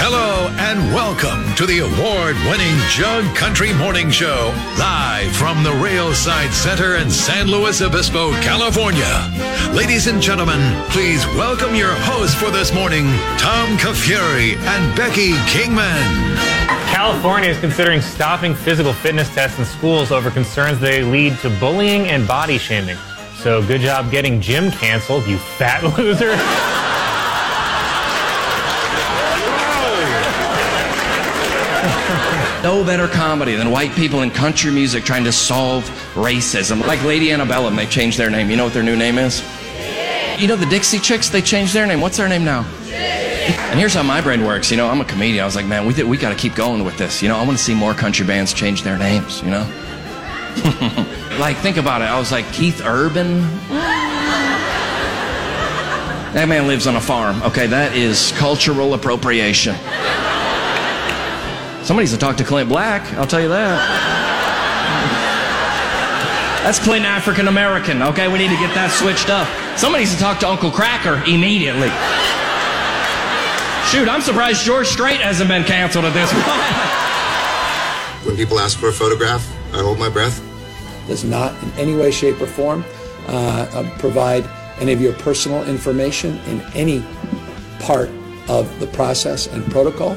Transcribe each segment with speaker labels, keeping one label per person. Speaker 1: Hello and welcome to the award winning Jug Country Morning Show, live from the Railside Center in San Luis Obispo, California. Ladies and gentlemen, please welcome your hosts for this morning, Tom Kafuri and Becky Kingman.
Speaker 2: California is considering stopping physical fitness tests in schools over concerns they lead to bullying and body shaming. So good job getting gym canceled, you fat loser.
Speaker 3: No better comedy than white people in country music trying to solve racism. Like Lady Antebellum, they changed their name. You know what their new name is? You know the Dixie Chicks? They changed their name. What's their name now? And here's how my brain works. You know, I'm a comedian. I was like, man, we, did, we got to keep going with this. You know, I want to see more country bands change their names, you know? like, think about it. I was like, Keith Urban? That man lives on a farm. Okay, that is cultural appropriation. Somebody's to talk to Clint Black, I'll tell you that. That's plain African American, okay? We need to get that switched up. Somebody's to talk to Uncle Cracker immediately. Shoot, I'm surprised George Strait hasn't been canceled at this point.
Speaker 4: When people ask for a photograph, I hold my breath.
Speaker 5: does not in any way, shape, or form uh, uh, provide any of your personal information in any part of the process and protocol.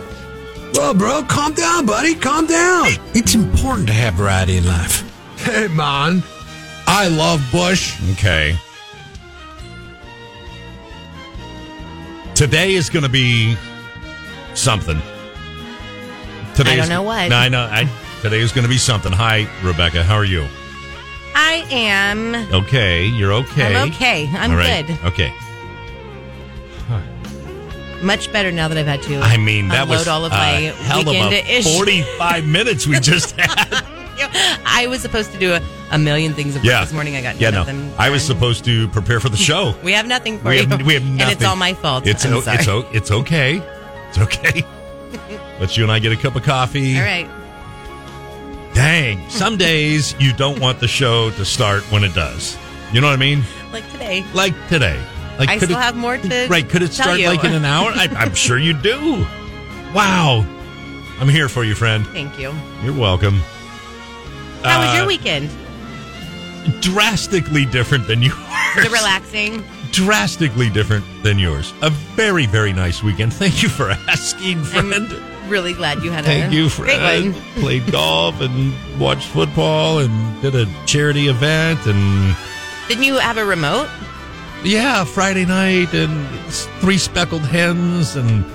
Speaker 6: Whoa, bro, calm down, buddy. Calm down. It's important to have variety in life. Hey, man. I love Bush.
Speaker 7: Okay. Today is going to be something. Today
Speaker 8: I don't
Speaker 7: is-
Speaker 8: know what.
Speaker 7: No, I know. I, today is going to be something. Hi, Rebecca. How are you?
Speaker 8: I am.
Speaker 7: Okay, you're okay.
Speaker 8: I'm okay. I'm
Speaker 7: All right.
Speaker 8: good.
Speaker 7: Okay.
Speaker 8: Much better now that I've had to.
Speaker 7: I mean, that
Speaker 8: unload
Speaker 7: was
Speaker 8: all of
Speaker 7: a
Speaker 8: my
Speaker 7: hell of
Speaker 8: weekend
Speaker 7: a
Speaker 8: issues.
Speaker 7: 45 minutes we just had.
Speaker 8: I was supposed to do a, a million things of work
Speaker 7: yeah.
Speaker 8: this morning. I got
Speaker 7: yeah,
Speaker 8: nothing.
Speaker 7: no. I was
Speaker 8: done.
Speaker 7: supposed to prepare for the show.
Speaker 8: We have nothing for
Speaker 7: we
Speaker 8: you.
Speaker 7: have, we have nothing.
Speaker 8: And it's all my fault.
Speaker 7: It's
Speaker 8: I'm
Speaker 7: o-
Speaker 8: sorry.
Speaker 7: it's o- it's okay. It's okay. Let you and I get a cup of coffee.
Speaker 8: all right.
Speaker 7: Dang. Some days you don't want the show to start when it does. You know what I mean?
Speaker 8: Like today.
Speaker 7: Like today. Like
Speaker 8: I
Speaker 7: could
Speaker 8: still
Speaker 7: it-
Speaker 8: have more to
Speaker 7: Right? Could it
Speaker 8: tell
Speaker 7: start
Speaker 8: you.
Speaker 7: like in an hour? I, I'm sure you do. Wow. I'm here for you, friend.
Speaker 8: Thank you.
Speaker 7: You're welcome.
Speaker 8: How was
Speaker 7: Uh,
Speaker 8: your weekend?
Speaker 7: Drastically different than yours.
Speaker 8: Was it relaxing?
Speaker 7: Drastically different than yours. A very, very nice weekend. Thank you for asking, friend.
Speaker 8: I'm really glad you had a
Speaker 7: Thank you,
Speaker 8: great
Speaker 7: Fred.
Speaker 8: one.
Speaker 7: Played golf and watched football and did a charity event and
Speaker 8: Didn't you have a remote?
Speaker 7: yeah, Friday night and s- three speckled hens and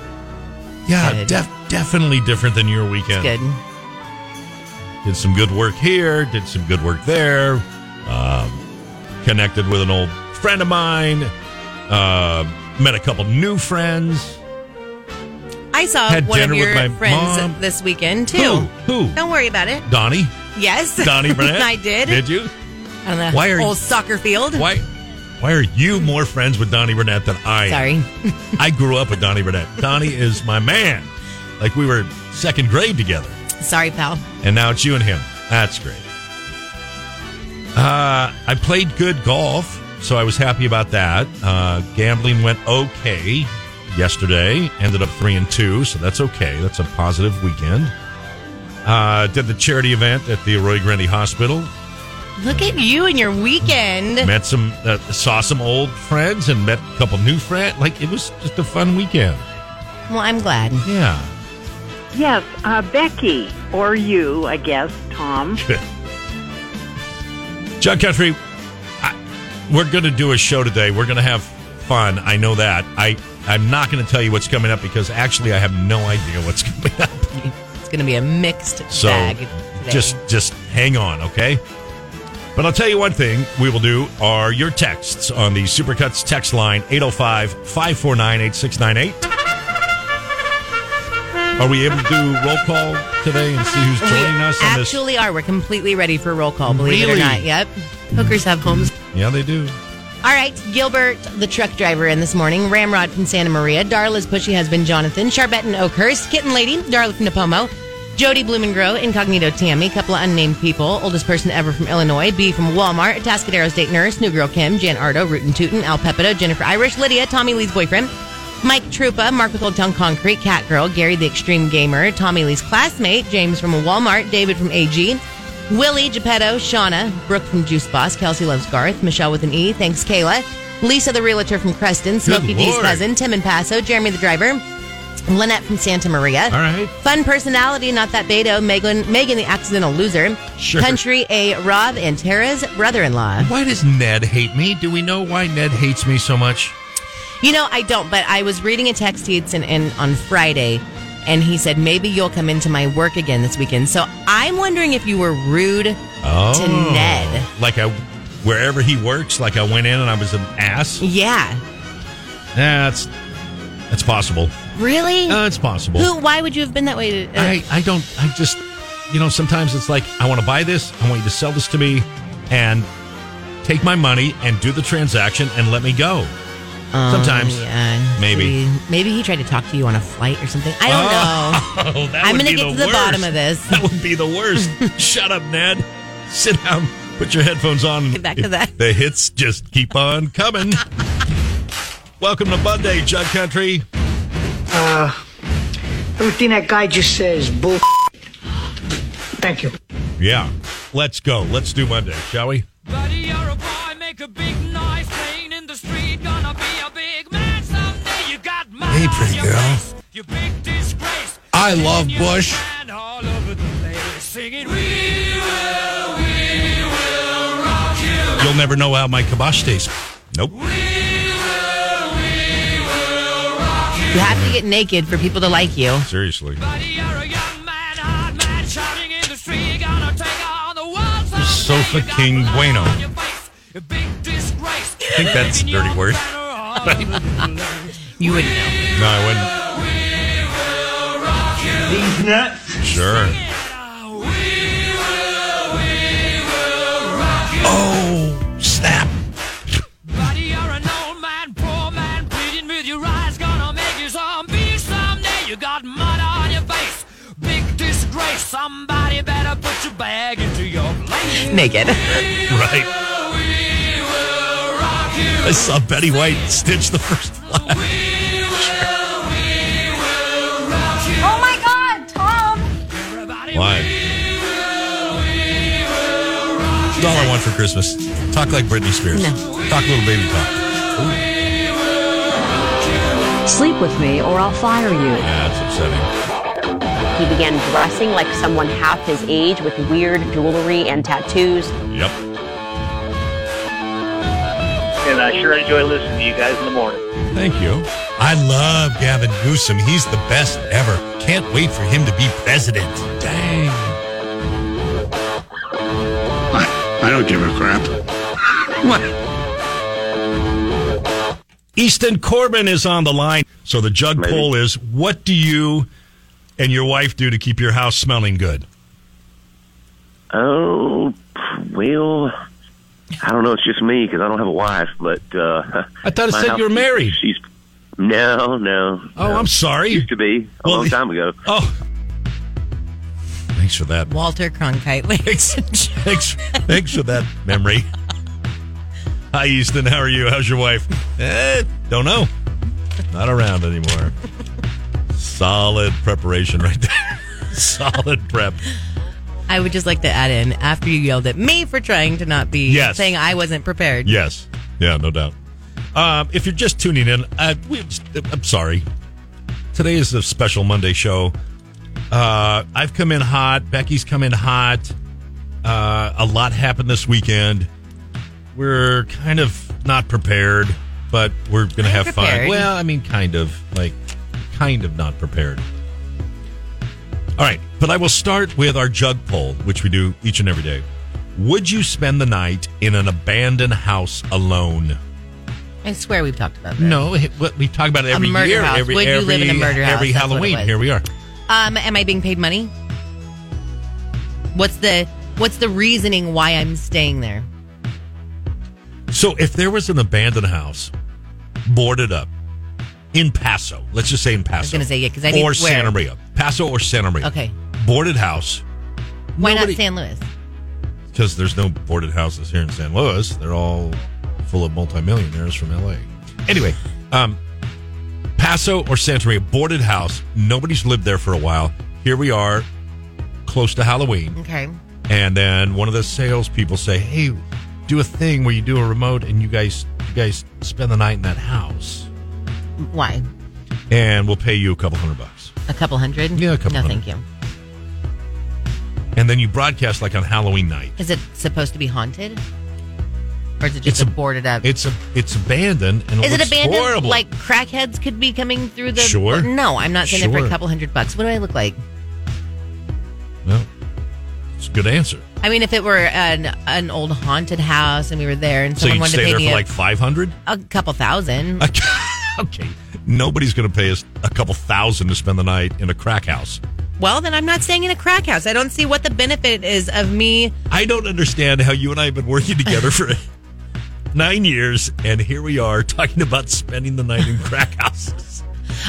Speaker 7: yeah,
Speaker 8: Good.
Speaker 7: def- definitely different than your weekend.
Speaker 8: Good.
Speaker 7: Did some good work here, did some good work there. Um, connected with an old friend of mine. Uh, met a couple new friends.
Speaker 8: I saw
Speaker 7: Had
Speaker 8: one of
Speaker 7: dinner with
Speaker 8: your
Speaker 7: my
Speaker 8: friends
Speaker 7: mom.
Speaker 8: this weekend too.
Speaker 7: Who? Who?
Speaker 8: Don't worry about it.
Speaker 7: Donnie.
Speaker 8: Yes.
Speaker 7: Donnie Burnett.
Speaker 8: I did.
Speaker 7: Did you?
Speaker 8: On the
Speaker 7: Why are you-
Speaker 8: old soccer field.
Speaker 7: Why? Why are you more friends with Donnie Burnett than I? am?
Speaker 8: Sorry.
Speaker 7: I grew up with Donnie Burnett. Donnie is my man. Like we were second grade together,
Speaker 8: Sorry, pal.
Speaker 7: and now it's you and him. That's great. Uh, I played good golf, so I was happy about that. Uh, gambling went okay yesterday. Ended up three and two, so that's okay. That's a positive weekend. Uh, did the charity event at the Roy Grundy Hospital.
Speaker 8: Look at you and your weekend.
Speaker 7: met some uh, saw some old friends and met a couple new friends like it was just a fun weekend
Speaker 8: Well, I'm glad.
Speaker 7: yeah
Speaker 9: Yes, uh, Becky, or you, I guess, Tom.
Speaker 7: Jug country I, we're gonna do a show today we're gonna have fun i know that i i'm not gonna tell you what's coming up because actually i have no idea what's coming up
Speaker 8: It's going to be a mixed
Speaker 7: so
Speaker 8: bag. Today.
Speaker 7: just just hang on okay but I'll tell you one thing we will do are your texts on the Supercuts text line 805 549 8698. Are we able to do roll call today and see who's
Speaker 8: we
Speaker 7: joining us on this?
Speaker 8: actually are. We're completely ready for roll call. Believe it
Speaker 7: Really?
Speaker 8: or not. Yep. Hookers have homes.
Speaker 7: Yeah, they do.
Speaker 8: All right, Gilbert, the truck driver, in this morning. Ramrod from Santa Maria. Darla's pushy husband, Jonathan. Charbette and Oakhurst. Kitten Lady, Darla from Napomo. Jody Blumengrow, Incognito Tammy, couple of unnamed people, oldest person ever from Illinois, B from Walmart, Atascadero State Nurse, New Girl Kim, Jan Ardo, Rootin' Tootin', Al Pepito, Jennifer Irish, Lydia, Tommy Lee's boyfriend, Mike Trupa, Mark with Old Town Concrete, Cat Girl, Gary the Extreme Gamer, Tommy Lee's classmate, James from Walmart, David from AG, Willie, Geppetto, Shauna, Brooke from Juice Boss, Kelsey Loves Garth, Michelle with an E, thanks Kayla, Lisa the Realtor from Creston, Smokey D's
Speaker 7: Lord.
Speaker 8: cousin, Tim and Paso, Jeremy the Driver, Lynette from Santa Maria.
Speaker 7: All right.
Speaker 8: Fun personality, not that Beto, Megan, Megan the accidental loser,
Speaker 7: Sure.
Speaker 8: Country A, Rob, and Tara's brother in law.
Speaker 7: Why does Ned hate me? Do we know why Ned hates me so much?
Speaker 8: You know, I don't, but I was reading a text he had sent in on Friday, and he said, maybe you'll come into my work again this weekend. So I'm wondering if you were rude to
Speaker 7: Oh.
Speaker 8: Ned.
Speaker 7: Like I, wherever he works, like I went in and I was an ass.
Speaker 8: Yeah.
Speaker 7: That's that's possible.
Speaker 8: Really?
Speaker 7: Uh, it's possible.
Speaker 8: Who? Why would you have been that way? To, uh,
Speaker 7: I, I don't I just you know sometimes it's like I want to buy this I want you to sell this to me and take my money and do the transaction and let me go sometimes
Speaker 8: yeah,
Speaker 7: maybe.
Speaker 8: Maybe uh, he tried to talk to you on a flight or something. I don't know.
Speaker 7: oh, that
Speaker 8: I'm
Speaker 7: would
Speaker 8: gonna
Speaker 7: be
Speaker 8: get to the
Speaker 7: worst.
Speaker 8: bottom of this.
Speaker 7: that would be the worst shut up Ned sit down put your headphones on
Speaker 8: Get back to that.
Speaker 7: the hits just keep on coming welcome to Monday Jug Country
Speaker 10: Everything that guy just says, bull. Thank you.
Speaker 7: yeah let's go let's do Monday shall we
Speaker 11: Buddy, you're a boy, make a big noise, playing in the street, gonna be a big man someday. You got my
Speaker 6: Hey, pretty girl.
Speaker 11: you big disgrace.
Speaker 6: I love
Speaker 11: You
Speaker 6: Bush.
Speaker 11: ran all over the place, singing, "We will, we will rock you.
Speaker 7: you'll never know how my kibosh tastes nope
Speaker 8: You have to get naked for people to like you.
Speaker 7: seriously
Speaker 11: Buddy, you're a young man, hard man, shouting in the street, you gonna take on the world someday.
Speaker 7: Sofa
Speaker 11: You got
Speaker 7: King
Speaker 11: blood
Speaker 7: Bueno.
Speaker 11: on your face, you big disgrace. I
Speaker 7: think that's a dirty word.
Speaker 8: You wouldn't know.
Speaker 7: No, I wouldn't. These nuts? Sure.
Speaker 6: Oh, snap.
Speaker 11: Buddy, you're an old man, poor man, pleading with your eyes, gonna make you zombie someday. You got mud on your face, big disgrace. Somebody better put your bag into your place.
Speaker 8: Naked.
Speaker 7: Right. I saw Betty White stitch the first one.
Speaker 12: Oh my God, Tom!
Speaker 7: Why? It's all I want for Christmas. Talk like Britney Spears.
Speaker 8: No.
Speaker 7: Talk little baby talk. Ooh,
Speaker 13: Sleep with me or I'll fire you.
Speaker 7: that's upsetting.
Speaker 13: He began dressing like someone half his age with weird jewelry and tattoos.
Speaker 7: Yep.
Speaker 14: and I sure enjoy listening to you guys in the morning.
Speaker 7: Thank you. I love Gavin Newsom. He's the best ever. Can't wait for him to be president. Dang.
Speaker 15: I don't give a crap.
Speaker 7: Easton Corbin is on the line. So the jug poll is what do you and your wife do to keep your house smelling good?
Speaker 14: Oh, well, I don't know. It's just me because I don't have a wife. But uh,
Speaker 7: I thought it
Speaker 14: my
Speaker 7: said you
Speaker 14: housekeeper,
Speaker 7: were married.
Speaker 14: She's no, no.
Speaker 7: Oh,
Speaker 14: no.
Speaker 7: I'm sorry.
Speaker 14: Used to be a
Speaker 7: Well,
Speaker 14: long time ago.
Speaker 7: Oh. Thanks for that.
Speaker 8: Walter Cronkite. Thanks.
Speaker 7: Thanks. Thanks for that memory. Hi, Easton. How are you? How's your wife? Eh, don't know. Not around anymore. Solid preparation right there. Solid prep.
Speaker 8: I would just like to add in after you yelled at me for trying to not be
Speaker 7: Yes.
Speaker 8: saying I wasn't prepared.
Speaker 7: Yes. Yeah, no doubt. Um, if you're just tuning in, uh, we, I'm sorry. Today is a special Monday show. Uh, I've come in hot. Becky's come in hot. Uh, a lot happened this weekend. We're kind of not prepared, but we're going to
Speaker 16: I'm
Speaker 7: have fun.
Speaker 16: prepared.
Speaker 7: Well, I mean, kind of. Like, kind of not prepared. All right, but I will start with our jug poll, which we do each and every day. Would you spend the night in an abandoned house alone?
Speaker 8: I swear we've talked about that.
Speaker 7: No, h- what- we talk about it
Speaker 8: A
Speaker 7: every
Speaker 8: murder
Speaker 7: year.
Speaker 8: house.
Speaker 7: Every,
Speaker 8: Would you
Speaker 7: every,
Speaker 8: live in a murder house?
Speaker 7: Every
Speaker 8: That's what it
Speaker 7: Halloween,
Speaker 8: was.
Speaker 7: here we are.
Speaker 8: Um, am I being paid money? What's the what's the reasoning why I'm staying there?
Speaker 7: So if there was an abandoned house boarded up in Paso, let's just say in Paso. I was
Speaker 8: gonna say, yeah, 'cause I need-
Speaker 7: or
Speaker 8: where?
Speaker 7: Santa Maria, Paso or Santa Maria.
Speaker 8: Okay.
Speaker 7: boarded house
Speaker 8: Why not San Luis?
Speaker 7: because there's no boarded houses here in San Luis. They're all full of multimillionaires from L.A. Anyway, um, Paso or Santa Maria, boarded house. Nobody's lived there for a while. Here we are, close to Halloween.
Speaker 8: Okay.
Speaker 7: And then one of the salespeople say, "Hey, do a thing where you do a remote and you guys you guys spend the night in that house,
Speaker 8: Why?
Speaker 7: and we'll pay you a couple hundred bucks."
Speaker 8: A couple hundred? Yeah, a couple no, thank you.
Speaker 7: And then you broadcast like on Halloween night.
Speaker 8: Is it supposed to be haunted? Or is it just
Speaker 7: a-
Speaker 8: boarded up?
Speaker 7: It's a it's abandoned and it
Speaker 8: Is it
Speaker 7: looks
Speaker 8: abandoned?
Speaker 7: horrible.
Speaker 8: Like crackheads could be coming through the.
Speaker 7: Sure.
Speaker 8: No, I'm not saying that for
Speaker 7: Sure.
Speaker 8: a couple hundred bucks. What do I look like?
Speaker 7: no, it's a good answer.
Speaker 8: I mean, if it were an an old haunted house and we were there and
Speaker 7: So
Speaker 8: someone
Speaker 7: you'd
Speaker 8: wanted
Speaker 7: stay
Speaker 8: to pay
Speaker 7: there
Speaker 8: me
Speaker 7: for
Speaker 8: a,
Speaker 7: like five hundred.
Speaker 8: a couple thousand,
Speaker 7: okay, nobody's going to pay us a couple thousand to spend the night in a crack house.
Speaker 8: well, then I'm not staying in a crack house. I don't see what the benefit is of me.
Speaker 7: I don't understand how you and I have been working together for nine years, and here we are talking about spending the night in crack houses.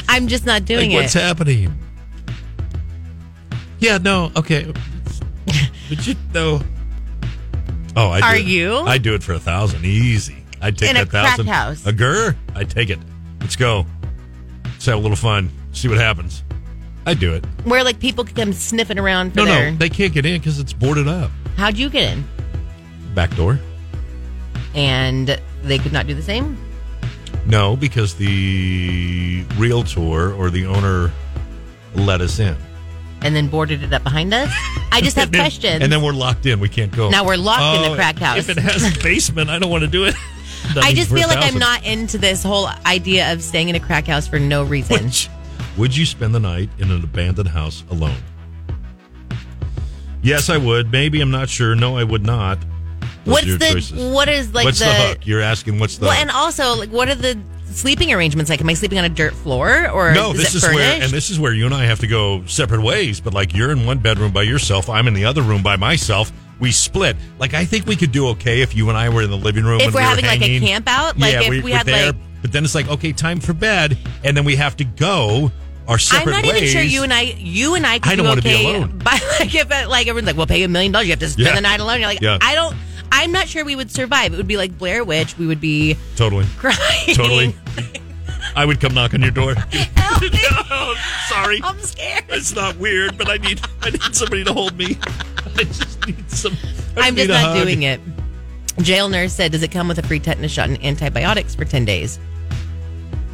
Speaker 8: I'm just not doing
Speaker 7: like, what's
Speaker 8: it.
Speaker 7: happening? Yeah, no, okay. But you know, oh, I
Speaker 8: Are
Speaker 7: do it.
Speaker 8: you?
Speaker 7: I do it for a thousand, easy. I'd take
Speaker 8: In a
Speaker 7: that
Speaker 8: crack
Speaker 7: thousand.
Speaker 8: house.
Speaker 7: A gur, I take it. Let's go. Let's have a little fun. See what happens. I do it.
Speaker 8: Where like people could come sniffing around for
Speaker 7: No,
Speaker 8: their.
Speaker 7: no, they can't get in because it's boarded up.
Speaker 8: How'd you get in?
Speaker 7: Back door.
Speaker 8: And they could not do the same.
Speaker 7: No, because the realtor or the owner let us in.
Speaker 8: and then boarded it up behind us. I just have
Speaker 7: And then-
Speaker 8: questions.
Speaker 7: And then we're locked in. We can't go.
Speaker 8: Now we're locked in the
Speaker 7: Oh,
Speaker 8: crack house.
Speaker 7: If it has a basement, I don't want to do it. That
Speaker 8: I
Speaker 7: means
Speaker 8: just
Speaker 7: we're
Speaker 8: feel like I'm
Speaker 7: thousand.
Speaker 8: not into this whole idea of staying in a crack house for no reason.
Speaker 7: Would you spend the night in an abandoned house alone? Yes, I would. Maybe I'm not sure. No, I would not. Those
Speaker 8: What's
Speaker 7: are your
Speaker 8: the-
Speaker 7: choices.
Speaker 8: what is, like,
Speaker 7: what's the,
Speaker 8: the-
Speaker 7: hook? You're asking what's the
Speaker 8: well,
Speaker 7: hook?
Speaker 8: and also, like, what are the sleeping arrangements like? Am I sleeping on a dirt floor or
Speaker 7: no,
Speaker 8: is
Speaker 7: this
Speaker 8: it
Speaker 7: is
Speaker 8: furnished?
Speaker 7: where, and this is where you and I have to go separate ways. But like, you're in one bedroom by yourself. I'm in the other room by myself. We split. Like, I think we could do okay if you and I were in the living room.
Speaker 8: If
Speaker 7: and
Speaker 8: we're
Speaker 7: we were
Speaker 8: having, like, a
Speaker 7: hanging.
Speaker 8: camp out, like,
Speaker 7: yeah,
Speaker 8: if
Speaker 7: we,
Speaker 8: we
Speaker 7: were
Speaker 8: had,
Speaker 7: there.
Speaker 8: like-
Speaker 7: but then it's like, okay, time for bed, and then we have to go our
Speaker 8: I'm
Speaker 7: separate
Speaker 8: not
Speaker 7: ways.
Speaker 8: even sure you and I, you and I, could
Speaker 7: I don't
Speaker 8: do
Speaker 7: wanna be
Speaker 8: okay.
Speaker 7: alone.
Speaker 8: By, like, if it, like everyone's like, "We'll pay you a million dollars, you have to spend
Speaker 7: Yeah.
Speaker 8: the night alone." You're like,
Speaker 7: Yeah.
Speaker 8: "I don't." I'm not sure we would survive. It would be like Blair Witch. We would be
Speaker 7: totally,
Speaker 8: crying.
Speaker 7: totally. I would come knock on your door.
Speaker 8: Help me.
Speaker 7: Oh, sorry.
Speaker 8: I'm scared.
Speaker 7: It's not weird, but I need I need somebody to hold me. I just need some. I
Speaker 8: I'm just
Speaker 7: need a
Speaker 8: not
Speaker 7: hug.
Speaker 8: doing it. Jail nurse said, "Does it come with a free tetanus shot and antibiotics for ten days?"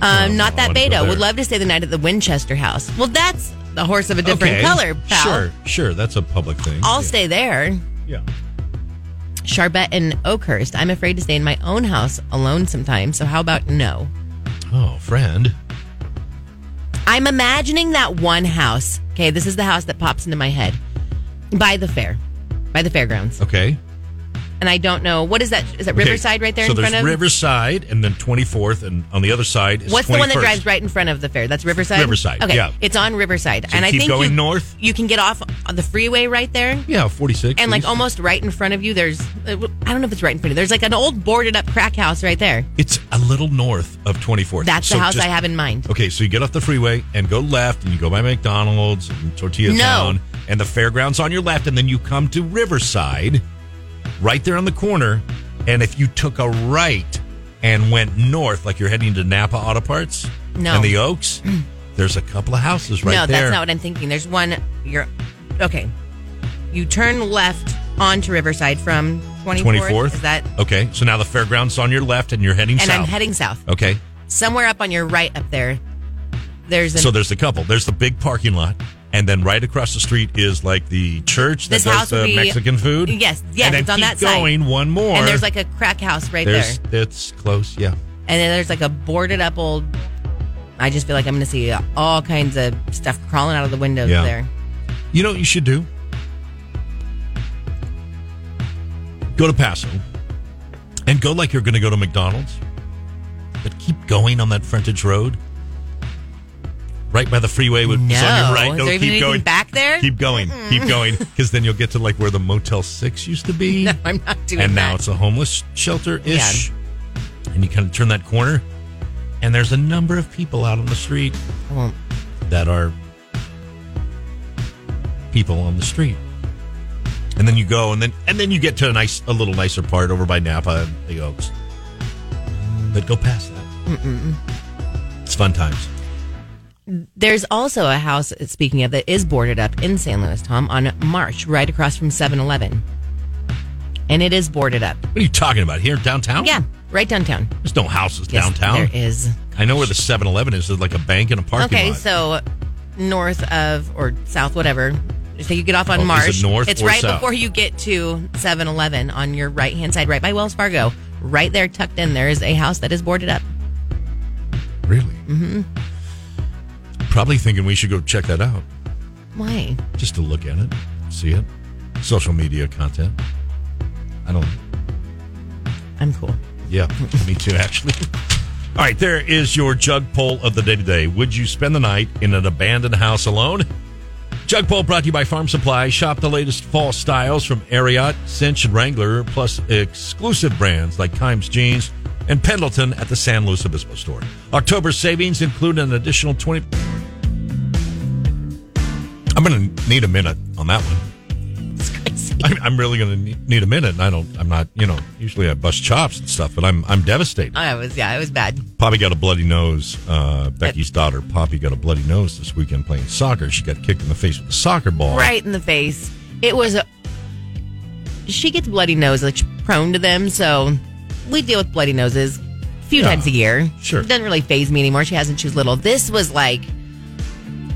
Speaker 8: Um, not that
Speaker 7: wanna go
Speaker 8: beta.
Speaker 7: Oh, there.
Speaker 8: Would love to stay the night at the Winchester House. Well, that's the horse of a different
Speaker 7: Okay.
Speaker 8: color, pal.
Speaker 7: Sure, sure. That's a public thing.
Speaker 8: I'll stay there.
Speaker 7: Yeah.
Speaker 8: Charbet and Oakhurst. I'm afraid to stay in my own house alone sometimes. So how about no?
Speaker 7: Oh, friend.
Speaker 8: I'm imagining that one house. Okay, this is the house that pops into my head by the fair, by the fairgrounds,
Speaker 7: Okay.
Speaker 8: and I don't know what is that. Is that
Speaker 7: Oh. Okay.
Speaker 8: Riverside right there
Speaker 7: So
Speaker 8: in front
Speaker 7: there's
Speaker 8: of?
Speaker 7: Riverside, and then 24th, and on the other side is
Speaker 8: What's the one that
Speaker 7: 21st.
Speaker 8: drives right in front of the fair? That's Riverside.
Speaker 7: Riverside,
Speaker 8: Okay,
Speaker 7: yeah.
Speaker 8: it's on Riverside,
Speaker 7: So
Speaker 8: and I
Speaker 7: keep
Speaker 8: think
Speaker 7: going
Speaker 8: you,
Speaker 7: north?
Speaker 8: You can get off on the freeway right there,
Speaker 7: Yeah, 46.
Speaker 8: and like
Speaker 7: east.
Speaker 8: almost right in front of you. There's I don't know if it's right in front of you. There's like an old boarded up crack house right there.
Speaker 7: It's a little north of 24th.
Speaker 8: That's
Speaker 7: So
Speaker 8: the house
Speaker 7: just-
Speaker 8: I have in mind.
Speaker 7: Okay, so you get off the freeway and go left, and you go by McDonald's and Tortilla
Speaker 8: No.
Speaker 7: Town, and the fairgrounds on your left, and then you come to Riverside, right there on the corner. And if you took a right and went north, like you're heading to Napa Auto Parts
Speaker 8: No.
Speaker 7: and the Oaks, there's a couple of houses right
Speaker 8: no,
Speaker 7: there.
Speaker 8: that's not what I'm thinking. There's one. You're okay. You turn left onto Riverside from 24th.
Speaker 7: 24th.
Speaker 8: Is that?
Speaker 7: okay? So now the fairgrounds on your left, and you're heading
Speaker 8: And
Speaker 7: south.
Speaker 8: I'm heading south.
Speaker 7: Okay,
Speaker 8: Somewhere up on your right up there. There's an,
Speaker 7: so there's a couple. There's the big parking lot, and then right across the street is like the church that
Speaker 8: This
Speaker 7: does
Speaker 8: house would
Speaker 7: the
Speaker 8: be-
Speaker 7: Mexican food.
Speaker 8: Yes, yes,
Speaker 7: and then
Speaker 8: it's on
Speaker 7: keep
Speaker 8: that side.
Speaker 7: going one more,
Speaker 8: and there's like a crack house right there.
Speaker 7: there's, That's close. Yeah.
Speaker 8: and then there's like a boarded up old. I just feel like I'm going to see all kinds of stuff crawling out of the windows
Speaker 7: Yeah.
Speaker 8: there.
Speaker 7: You know what you should do? Go to Paso and go like you're going to go to McDonald's, but keep going on that frontage road. Right by the freeway with it's on your right.
Speaker 8: Is
Speaker 7: no,
Speaker 8: there even
Speaker 7: keep
Speaker 8: anything
Speaker 7: going.
Speaker 8: back there?
Speaker 7: Keep going. Keep going. Because then you'll get to like where the Motel 6 used to be.
Speaker 8: No, I'm not doing
Speaker 7: and
Speaker 8: that.
Speaker 7: now it's a homeless shelter ish. and you kind of turn that corner, and there's a number of people out on the street that are people on the street. And then you go, and then and then you get to a nice, a little nicer part over by Napa and the Oaks. But go past that.
Speaker 8: Mm-mm.
Speaker 7: It's fun times.
Speaker 8: There's also a house, speaking of, that is boarded up in San Luis, Tom, on March, right across from 7 Eleven. And it is boarded up.
Speaker 7: What are you talking about here downtown?
Speaker 8: Yeah, right downtown.
Speaker 7: There's no houses
Speaker 8: Yes,
Speaker 7: Oh. downtown.
Speaker 8: there is.
Speaker 7: I know where the 7 Eleven is. There's like a bank and a parking
Speaker 8: okay,
Speaker 7: lot.
Speaker 8: so north of or south, whatever. So you get off on
Speaker 7: Oh, is
Speaker 8: Marsh.
Speaker 7: it north
Speaker 8: it's
Speaker 7: or
Speaker 8: right
Speaker 7: south?
Speaker 8: before you get to 7 Eleven on your right hand side, right by Wells Fargo. Right there, tucked in, there is a house that is boarded up.
Speaker 7: Really?
Speaker 8: hmm
Speaker 7: Probably thinking we should go check that out
Speaker 8: Why?
Speaker 7: just to look at it, see it. Social media content. I don't.
Speaker 8: I'm cool.
Speaker 7: Yeah, me too, actually. All right, there is your jug poll of the day today. Would you spend the night in an abandoned house alone? Jug poll brought to you by Farm Supply. Shop the latest fall styles from Ariat, Cinch, and Wrangler, plus exclusive brands like Kimes Jeans and Pendleton at the San Luis Obispo store. October savings include an additional 20. I'm going to need a minute on that one. I'm, I'm really going to need a minute, and I don't. I'm not. You know, usually I bust chops and stuff, but I'm I'm devastated.
Speaker 8: I was, yeah, it was bad.
Speaker 7: Poppy got a bloody nose. Uh, Becky's daughter, Poppy, got a bloody nose this weekend playing soccer. She got kicked in the face with a soccer ball.
Speaker 8: Right in the face. It was a. She gets bloody nose, like she's prone to them, so we deal with bloody noses a few
Speaker 7: Yeah,
Speaker 8: times a year.
Speaker 7: sure.
Speaker 8: It doesn't really phase me anymore. She hasn't, she was little. This was like.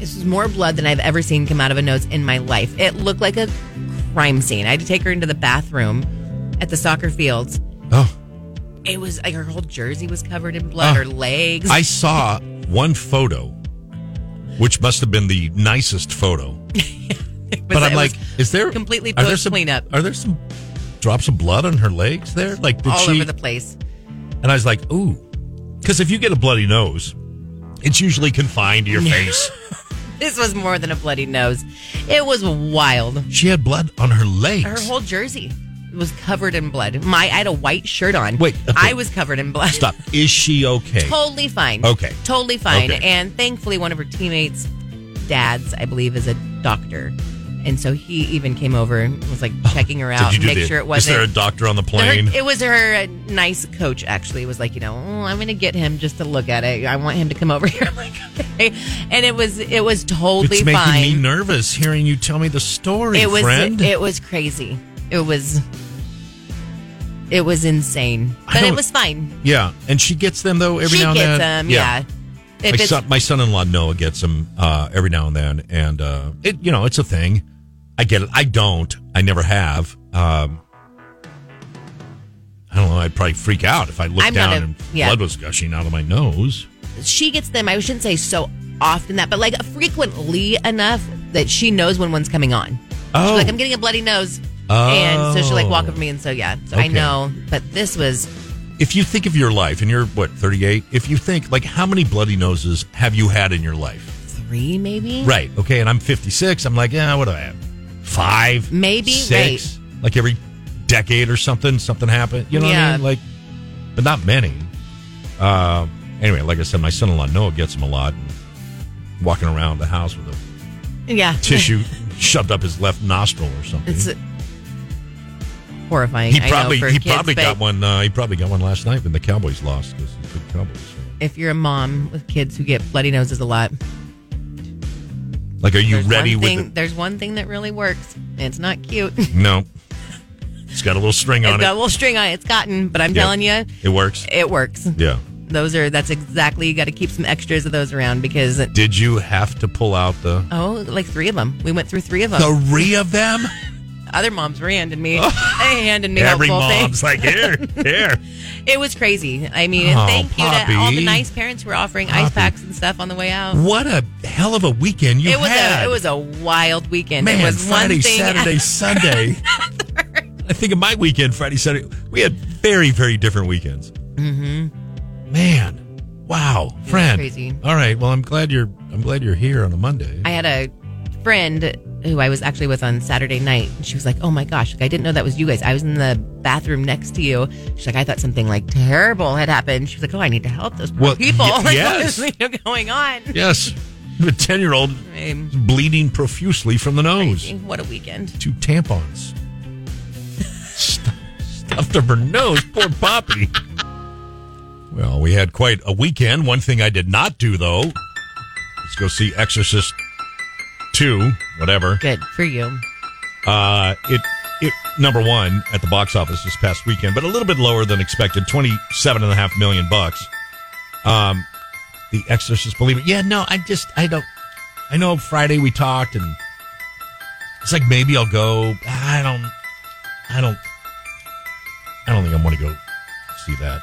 Speaker 8: This is more blood than I've ever seen come out of a nose in my life. It looked like a crime scene. I had to take her into the bathroom at the soccer fields.
Speaker 7: Oh.
Speaker 8: It was like her whole jersey was covered in blood, her
Speaker 7: Oh.
Speaker 8: legs.
Speaker 7: I saw one photo, which must have been the nicest photo. but I'm
Speaker 8: it was
Speaker 7: like, is there
Speaker 8: completely
Speaker 7: are there
Speaker 8: post
Speaker 7: some-
Speaker 8: cleanup.
Speaker 7: Are there some drops of blood on her legs there? Like, did
Speaker 8: all
Speaker 7: she?
Speaker 8: over the place.
Speaker 7: And I was like, ooh. Because if you get a bloody nose, it's usually confined to your face.
Speaker 8: This was more than a bloody nose. It was wild.
Speaker 7: She had blood on her legs.
Speaker 8: Her whole jersey was covered in blood. My, I had a white shirt on.
Speaker 7: Wait, okay.
Speaker 8: I was covered in blood.
Speaker 7: Stop. Is she okay?
Speaker 8: Totally fine.
Speaker 7: Okay.
Speaker 8: Totally fine.
Speaker 7: Okay.
Speaker 8: And thankfully, one of her teammates' dads, I believe, is a doctor. And so he even came over and was like checking her out,
Speaker 7: Oh, Did you do
Speaker 8: make
Speaker 7: the-
Speaker 8: sure it
Speaker 7: Is
Speaker 8: wasn't.
Speaker 7: there a doctor on the
Speaker 8: Her-
Speaker 7: plane?
Speaker 8: it was her uh, nice coach, actually, was like, you know, "Oh, I'm going to get him just to look at it. I want him to come over here. I'm like, okay. And it was, it was totally
Speaker 7: it's making
Speaker 8: fine.
Speaker 7: me nervous hearing you tell me the story,
Speaker 8: it was
Speaker 7: friend.
Speaker 8: it was crazy. It was it was insane, but it
Speaker 7: don't-
Speaker 8: was fine.
Speaker 7: yeah, and she gets them though every
Speaker 8: she
Speaker 7: now and
Speaker 8: gets
Speaker 7: then.
Speaker 8: them, yeah. If
Speaker 7: my,
Speaker 8: it's
Speaker 7: son, my son-in-law Noah gets them uh, every now and then, and uh, it you know it's a thing. I get it. I don't. I never have. Um, I don't know. I'd probably freak out if I looked
Speaker 8: I'm not
Speaker 7: down
Speaker 8: a-
Speaker 7: and
Speaker 8: yeah.
Speaker 7: blood was gushing out of my nose.
Speaker 8: she gets them, I shouldn't say so often that, but like frequently enough that she knows when one's coming on.
Speaker 7: Oh.
Speaker 8: She's like I'm getting a bloody nose, and so she'll like walk
Speaker 7: Oh.
Speaker 8: up to me, and so yeah, so I
Speaker 7: Okay.
Speaker 8: know. But this was
Speaker 7: If you think of your life, and you're what 38, if you think like how many bloody noses have you had in your life?
Speaker 8: three, maybe
Speaker 7: Right. Okay. And I'm 56. I'm like, yeah, what do I have? Five,
Speaker 8: Maybe,
Speaker 7: six, like every decade or something. Something happened. You know what I
Speaker 8: Yeah.
Speaker 7: mean? Like, but not many. Uh, anyway, like I said, my son-in-law Noah gets them a lot. And walking around the house with a
Speaker 8: yeah,
Speaker 7: tissue shoved up his left nostril or something.
Speaker 8: It's horrifying.
Speaker 7: he
Speaker 8: I know,
Speaker 7: probably
Speaker 8: for
Speaker 7: he
Speaker 8: kids,
Speaker 7: probably
Speaker 8: but
Speaker 7: got one. Uh, he probably got one last night when the Cowboys lost because he's the Cowboys.
Speaker 8: If you're a mom with kids who get bloody noses a lot,
Speaker 7: Like, are you
Speaker 8: There's
Speaker 7: ready
Speaker 8: one
Speaker 7: with?
Speaker 8: thing, There's one thing that really works, and it's not cute.
Speaker 7: the- no, it's got a little string
Speaker 8: it's
Speaker 7: on
Speaker 8: got a
Speaker 7: it.
Speaker 8: little string on it. It's cotton, but I'm
Speaker 7: Yeah.
Speaker 8: telling you,
Speaker 7: It works.
Speaker 8: it works.
Speaker 7: Yeah.
Speaker 8: Those are that's exactly you got to keep some extras of those around because
Speaker 7: Did you have to pull out the?
Speaker 8: oh, like three of them. We went through three of them.
Speaker 7: Three of them.
Speaker 8: Other moms were handing me, they handed me
Speaker 7: Every
Speaker 8: helpful things.
Speaker 7: mom's like, here, here.
Speaker 8: It was crazy. I mean, and
Speaker 7: Oh,
Speaker 8: thank you to all
Speaker 7: Poppy.
Speaker 8: the nice parents who were offering ice
Speaker 7: Poppy.
Speaker 8: packs and stuff on the way out.
Speaker 7: What a hell of a weekend you
Speaker 8: it was
Speaker 7: had.
Speaker 8: a it was a wild weekend.
Speaker 7: man.
Speaker 8: it was
Speaker 7: Friday,
Speaker 8: one thing
Speaker 7: Saturday, Sunday. I think of my weekend, Friday, Saturday. We had very, very different weekends.
Speaker 8: hmm
Speaker 7: Man, wow,
Speaker 8: was
Speaker 7: friend.
Speaker 8: crazy.
Speaker 7: All right. Well, I'm glad you're. I'm glad you're here on a Monday.
Speaker 8: I had a friend who I was actually with on Saturday night, and she was like, "Oh my gosh, like, I didn't know that was you guys. I was in the bathroom next to you." She's like, "I thought something like terrible had happened." She was like, "Oh, I need to help those poor
Speaker 7: Well,
Speaker 8: people.
Speaker 7: y-
Speaker 8: Like, what
Speaker 7: yes.
Speaker 8: is going on?"
Speaker 7: Yes. The 10 year old bleeding profusely from the nose.
Speaker 8: What a weekend.
Speaker 7: Two tampons. Stuff- Stuffed up her nose. Poor Poppy. Well, we had quite a weekend. One thing I did not do, though, is go see Exorcist 2, whatever.
Speaker 8: Good for you.
Speaker 7: Uh, it it number one at the box office this past weekend, but a little bit lower than expected, twenty seven and a half million bucks. Um, The Exorcist believer. Yeah, no, I just I don't. I know Friday we talked, and it's like maybe I'll go. I don't. I don't. I don't think I'm going to go see that.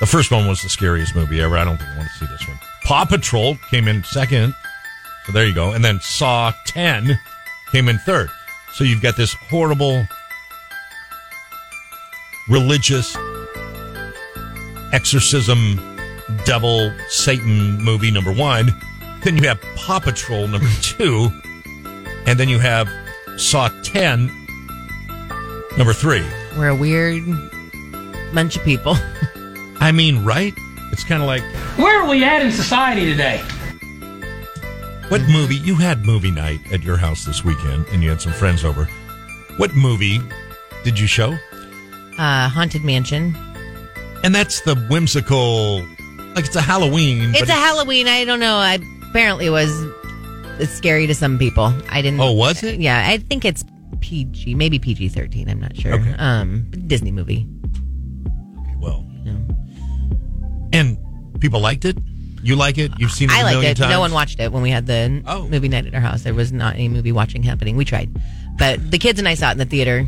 Speaker 7: The first one was the scariest movie ever. I don't think I want to see this one. Paw Patrol came in second. So there you go. And then Saw 10 came in third. So you've got this horrible religious exorcism devil Satan movie number one. Then you have Paw Patrol number two. And then you have Saw 10 number three.
Speaker 8: We're a weird bunch of people.
Speaker 7: I mean, right? It's kind of like
Speaker 10: Where are we at in society today?
Speaker 7: what movie? You had movie night at your house this weekend and you had some friends over. What movie did you show?
Speaker 8: Uh, haunted mansion.
Speaker 7: And that's the whimsical, like it's a Halloween. but
Speaker 8: It's a Halloween. I don't know. I apparently it was it's scary to some people. I didn't.
Speaker 7: Oh, was it?
Speaker 8: Yeah, I think it's PG, maybe PG thirteen. I'm not sure.
Speaker 7: Okay.
Speaker 8: Um, Disney movie.
Speaker 7: Well, and people liked it. You like it. You've seen it. a
Speaker 8: I liked
Speaker 7: million
Speaker 8: it.
Speaker 7: Times. Oh.
Speaker 8: No one watched it when we had the movie night at our house. There was not any movie watching happening. We tried, but the kids and I saw it in the theater.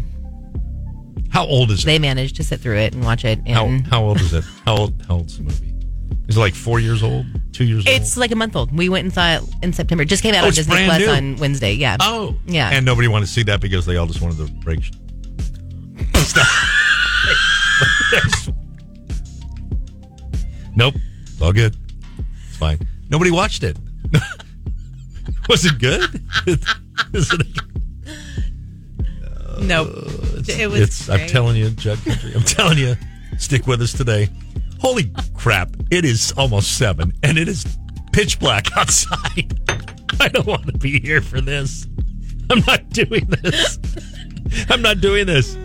Speaker 7: How old is it?
Speaker 8: They Mm. managed to sit through it and watch it.
Speaker 7: How,
Speaker 8: And
Speaker 7: how old is it? How old? How old's the movie? Is it like four years old? Two years
Speaker 8: it's like a month old. We went and saw it in September. It just came out
Speaker 7: Oh,
Speaker 8: on
Speaker 7: it's
Speaker 8: Disney
Speaker 7: brand
Speaker 8: Plus
Speaker 7: new.
Speaker 8: on Wednesday. Yeah.
Speaker 7: Oh.
Speaker 8: Yeah.
Speaker 7: old? And nobody wanted to see that because they all just wanted to break. sh- Stop. nope. It's all good. It's fine. Nobody watched it. Was it good? Is it
Speaker 8: nope. it was.
Speaker 7: it's, I'm
Speaker 8: great.
Speaker 7: telling you, Judd Country. I'm telling you, stick with us today. Holy crap! It is almost seven, and it is pitch black outside. I don't want to be here for this. I'm not doing this. I'm not doing this.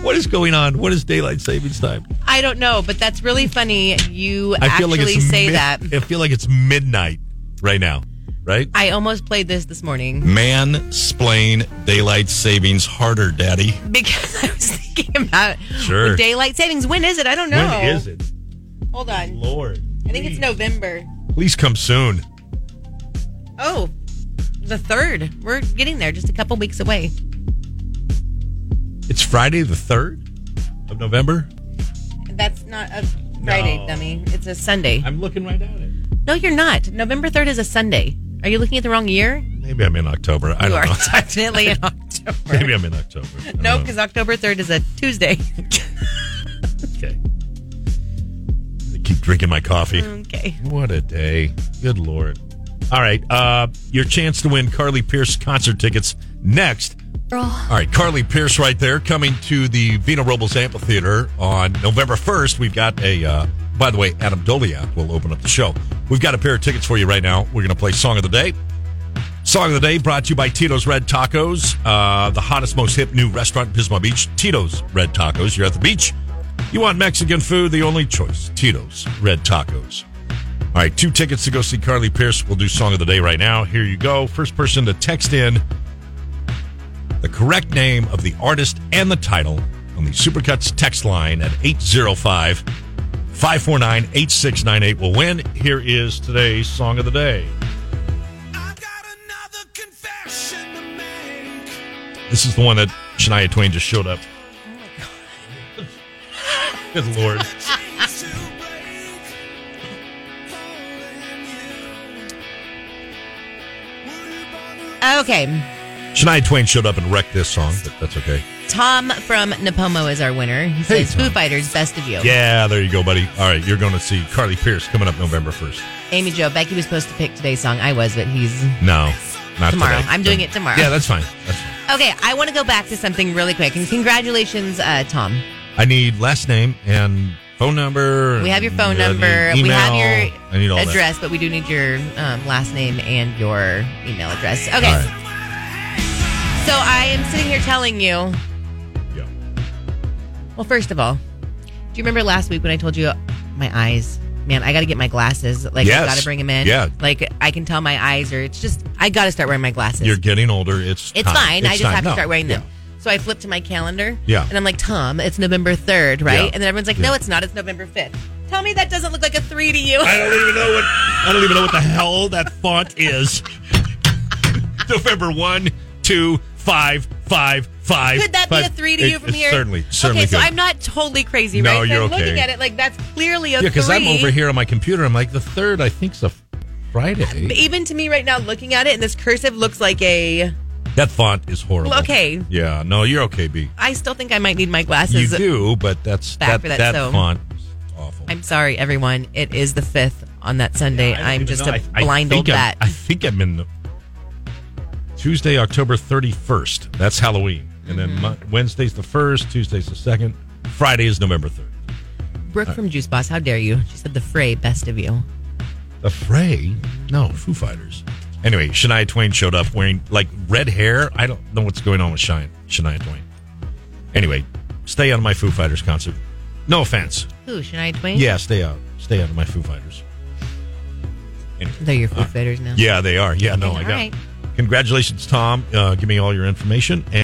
Speaker 7: What is going on? What is daylight savings time?
Speaker 8: I don't know, but that's really funny. You
Speaker 7: I
Speaker 8: actually say
Speaker 7: mid-
Speaker 8: that.
Speaker 7: I feel like it's midnight right now. Right?
Speaker 8: I almost played this this morning
Speaker 7: Man, splain daylight savings harder, Daddy.
Speaker 8: because I was thinking about
Speaker 7: Sure.
Speaker 8: with daylight savings. When is it? I don't know.
Speaker 7: When is it?
Speaker 8: Hold on.
Speaker 7: Lord,
Speaker 8: I think it's November.
Speaker 7: please come soon.
Speaker 8: Oh, the third. We're getting there, just a couple weeks away.
Speaker 7: It's Friday the third of November.
Speaker 8: That's not a Friday,
Speaker 7: No.
Speaker 8: dummy. It's a Sunday.
Speaker 7: I'm looking right at it.
Speaker 8: No, you're not. November third is a Sunday. Are you looking at the wrong year?
Speaker 7: Maybe I'm in October. I
Speaker 8: you
Speaker 7: don't
Speaker 8: are
Speaker 7: know.
Speaker 8: definitely in October.
Speaker 7: Maybe I'm in October. I don't
Speaker 8: No,
Speaker 7: know.
Speaker 8: because October third is a Tuesday.
Speaker 7: okay. I keep drinking my coffee.
Speaker 8: Okay.
Speaker 7: What a day. Good lord. All right. Uh your chance to win Carly Pierce concert tickets next. All right, Carly Pierce right there coming to the Vina Robles Amphitheater on November 1st. We've got a, uh, by the way, Adam Doliak will open up the show. We've got a pair of tickets for you right now. We're going to play Song of the Day. Song of the Day brought to you by Tito's Red Tacos, uh, the hottest, most hip new restaurant in Pismo Beach. Tito's Red Tacos. You're at the beach. You want Mexican food? The only choice Tito's Red Tacos. All right, two tickets to go see Carly Pierce. We'll do Song of the Day right now. Here you go. First person to text in the correct name of the artist and the title on the Supercuts text line at 805 549 8698 will win. Here is today's Song of the Day. This is the one that Shania Twain just showed up. Good lord.
Speaker 8: okay.
Speaker 7: Shania Twain showed up and wrecked this song, but that's okay.
Speaker 8: Tom from Napomo is our winner. He
Speaker 7: Hey,
Speaker 8: says Foo Fighters, best of you.
Speaker 7: Yeah, there you go, buddy. All right, you're going to see Carly Pierce coming up November 1st.
Speaker 8: Amy Joe, Becky was supposed to pick today's song. I was, but he's
Speaker 7: No. Not
Speaker 8: tomorrow.
Speaker 7: today.
Speaker 8: I'm doing it tomorrow.
Speaker 7: Yeah, that's fine. That's fine.
Speaker 8: Okay, I want to go back to something really quick. And congratulations, uh, Tom.
Speaker 7: I need last name and phone number.
Speaker 8: We have your
Speaker 7: and,
Speaker 8: phone
Speaker 7: uh, the
Speaker 8: number. we
Speaker 7: email.
Speaker 8: have your
Speaker 7: I need all that.
Speaker 8: address, but we do need your um, last name and your email address. Okay.
Speaker 7: All right.
Speaker 8: So I am sitting here telling you. Well, first of all, do you remember last week when I told you my eyes? Man, I got to get my glasses. Like, I
Speaker 7: Yes.
Speaker 8: got to bring them in.
Speaker 7: Yeah.
Speaker 8: Like, I can tell my eyes are, it's just, I got to start wearing my glasses.
Speaker 7: You're getting older. It's
Speaker 8: It's
Speaker 7: time.
Speaker 8: fine. I
Speaker 7: It's
Speaker 8: just
Speaker 7: time.
Speaker 8: have to
Speaker 7: No.
Speaker 8: start wearing them. So I flip to my calendar.
Speaker 7: Yeah.
Speaker 8: And I'm like, Tom, it's November 3rd, right?
Speaker 7: Yeah.
Speaker 8: And then everyone's like, no,
Speaker 7: Yeah.
Speaker 8: it's not. It's November 5th. Tell me that doesn't look like a three to you.
Speaker 7: I don't even know what I don't even know what the hell that font is. November one, two, five, five, five.
Speaker 8: Could that be a
Speaker 7: five.
Speaker 8: three to you
Speaker 7: It-
Speaker 8: from here?
Speaker 7: Certainly, certainly.
Speaker 8: Okay, so
Speaker 7: could.
Speaker 8: I'm not totally crazy,
Speaker 7: No,
Speaker 8: right? So
Speaker 7: you're
Speaker 8: I'm looking
Speaker 7: okay.
Speaker 8: at it like that's clearly a
Speaker 7: yeah, because I'm
Speaker 8: three.
Speaker 7: over here on my computer. I'm like the third. I think's a Friday.
Speaker 8: But even to me right now, looking at it, and this cursive looks like a.
Speaker 7: That font is horrible.
Speaker 8: Well, okay.
Speaker 7: Yeah. No, you're okay, B.
Speaker 8: I still think I might need my
Speaker 7: You
Speaker 8: glasses.
Speaker 7: do, but that's
Speaker 8: back
Speaker 7: that
Speaker 8: for that,
Speaker 7: that
Speaker 8: so-
Speaker 7: font.
Speaker 8: I'm sorry, everyone. It is the fifth on that Sunday. I'm just
Speaker 7: No,
Speaker 8: a
Speaker 7: I- I
Speaker 8: blind
Speaker 7: think
Speaker 8: old
Speaker 7: I'm-
Speaker 8: bat.
Speaker 7: I think I'm in the, Tuesday, October 31st. That's Halloween. And then
Speaker 8: Mm-hmm.
Speaker 7: Mon- Wednesday's the 1st, Tuesday's the 2nd, Friday is November 3rd.
Speaker 8: Brooke from Juice Boss, how dare you? She said the fray, best of you.
Speaker 7: The fray? No, Foo Fighters. Anyway, Shania Twain showed up wearing like red hair. I don't know what's going on with Shania, Shania Twain. Anyway, stay out of my Foo Fighters concert. No offense.
Speaker 8: Who, Shania Twain?
Speaker 7: Yeah, stay out. Stay out of my Foo Fighters.
Speaker 8: They're your Foo Fighters now.
Speaker 7: Yeah, they are. Yeah, no,
Speaker 8: Okay,
Speaker 7: I
Speaker 8: all
Speaker 7: got.
Speaker 8: right.
Speaker 7: Congratulations, Tom. Uh, give me all your information and.